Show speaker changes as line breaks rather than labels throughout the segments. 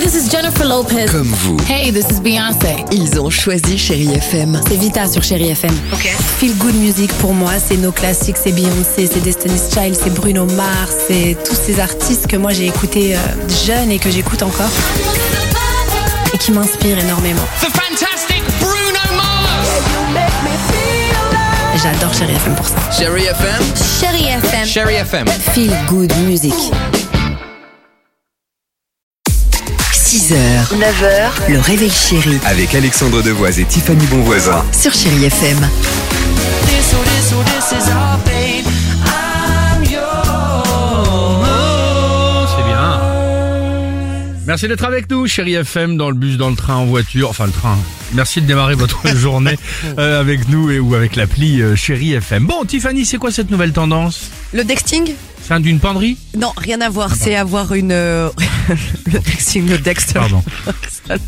this is Jennifer Lopez.
Comme vous,
Hey, this is Beyoncé.
Ils ont choisi Chérie FM.
C'est Vita sur Chérie FM.
Ok.
Feel Good Music pour moi, c'est nos classiques, c'est Beyoncé, c'est Destiny's Child, c'est Bruno Mars, c'est tous ces artistes que moi j'ai écoutés euh, jeune et que j'écoute encore et qui m'inspirent énormément.
The fantastic Bruno Mars.
J'adore Chérie FM pour ça.
Chérie FM,
Chérie FM.
Sherry FM.
Feel Good Music. 6h, 9h, le réveil chéri
avec Alexandre Devoise et Tiffany Bonvoisin.
sur Chérie FM.
This, oh, this, oh, this is all, babe. I'm yours.
C'est bien. Merci d'être avec nous, chérie FM, dans le bus, dans le train, en voiture, enfin le train. Merci de démarrer votre journée euh, avec nous et ou avec l'appli euh, chérie FM. Bon, Tiffany, c'est quoi cette nouvelle tendance
Le dexting
C'est un d'une penderie
Non, rien à voir, c'est avoir une... euh, le dexting, le dexter.
Pardon.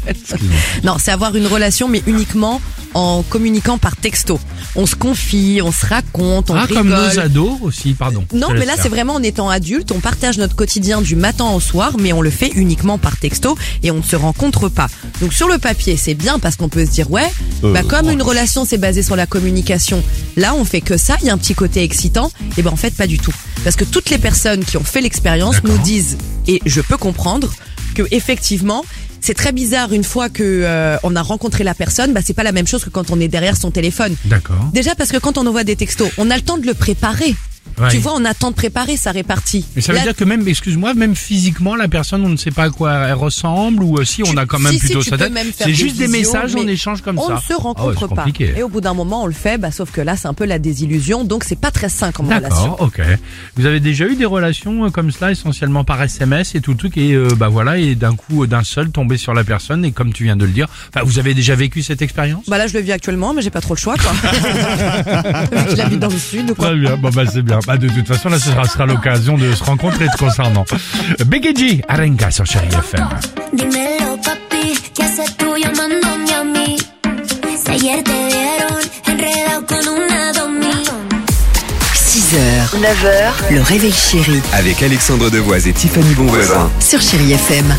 Excuse-moi.
Non, c'est avoir une relation, mais uniquement en communiquant par texto. On se confie, on se raconte, on
Ah,
rigole.
comme nos ados aussi, pardon.
Non,
Je te
mais
laisse
là,
faire.
c'est vraiment en étant adulte, on partage notre quotidien du matin au soir, mais on le fait uniquement par texto et on ne se rencontre pas. Donc sur le papier, c'est bien parce qu'on peut se dire ouais, bah comme une relation c'est basée sur la communication, là on fait que ça, il y a un petit côté excitant, et ben en fait pas du tout, parce que toutes les personnes qui ont fait l'expérience nous disent et je peux comprendre que effectivement c'est très bizarre une fois que euh, on a rencontré la personne, bah c'est pas la même chose que quand on est derrière son téléphone.
D'accord.
Déjà parce que quand on envoie des textos, on a le temps de le préparer.
Ouais.
Tu vois, on a le temps de préparer sa répartie.
Mais ça veut
Là,
dire que même, excuse-moi, même physiquement, la personne, on ne sait pas à quoi elle ressemble ou euh, si on
tu-
a quand même
si, si,
plutôt
tu
sa
peux
tête.
même faire
C'est juste des
visios,
messages, on
mais
échange comme
on
ça.
ne se
Ah ouais,
rencontre
c'est
pas.
compliqué.
Et au bout d'un moment, on le fait, bah, sauf que là, c'est un peu la désillusion, donc c'est pas très sain comme relation.
D'accord, ok. Vous avez déjà eu des relations euh, comme cela, essentiellement par SMS et tout le truc, et euh, bah voilà, et d'un coup, euh, d'un seul, tomber sur la personne, et comme tu viens de le dire, bah, vous avez déjà vécu cette expérience
Bah là, je le vis actuellement, mais j'ai pas trop le choix, quoi. Vu que J'habite dans le sud, quoi.
Très bien, bon bah c'est bien. Bah de toute façon, là, ce sera, sera l'occasion de se rencontrer te concernant. Begeji, Arenga sur Chéri FM.
Dímelo, papi, ¿qué haces tú llamándome a mí? Si ayer te vieron enredado con una domi.
6h, 9h, le réveil chéri
Avec Alexandre Devoise et Tiffany Bonvoisin.
sur Chéri FM.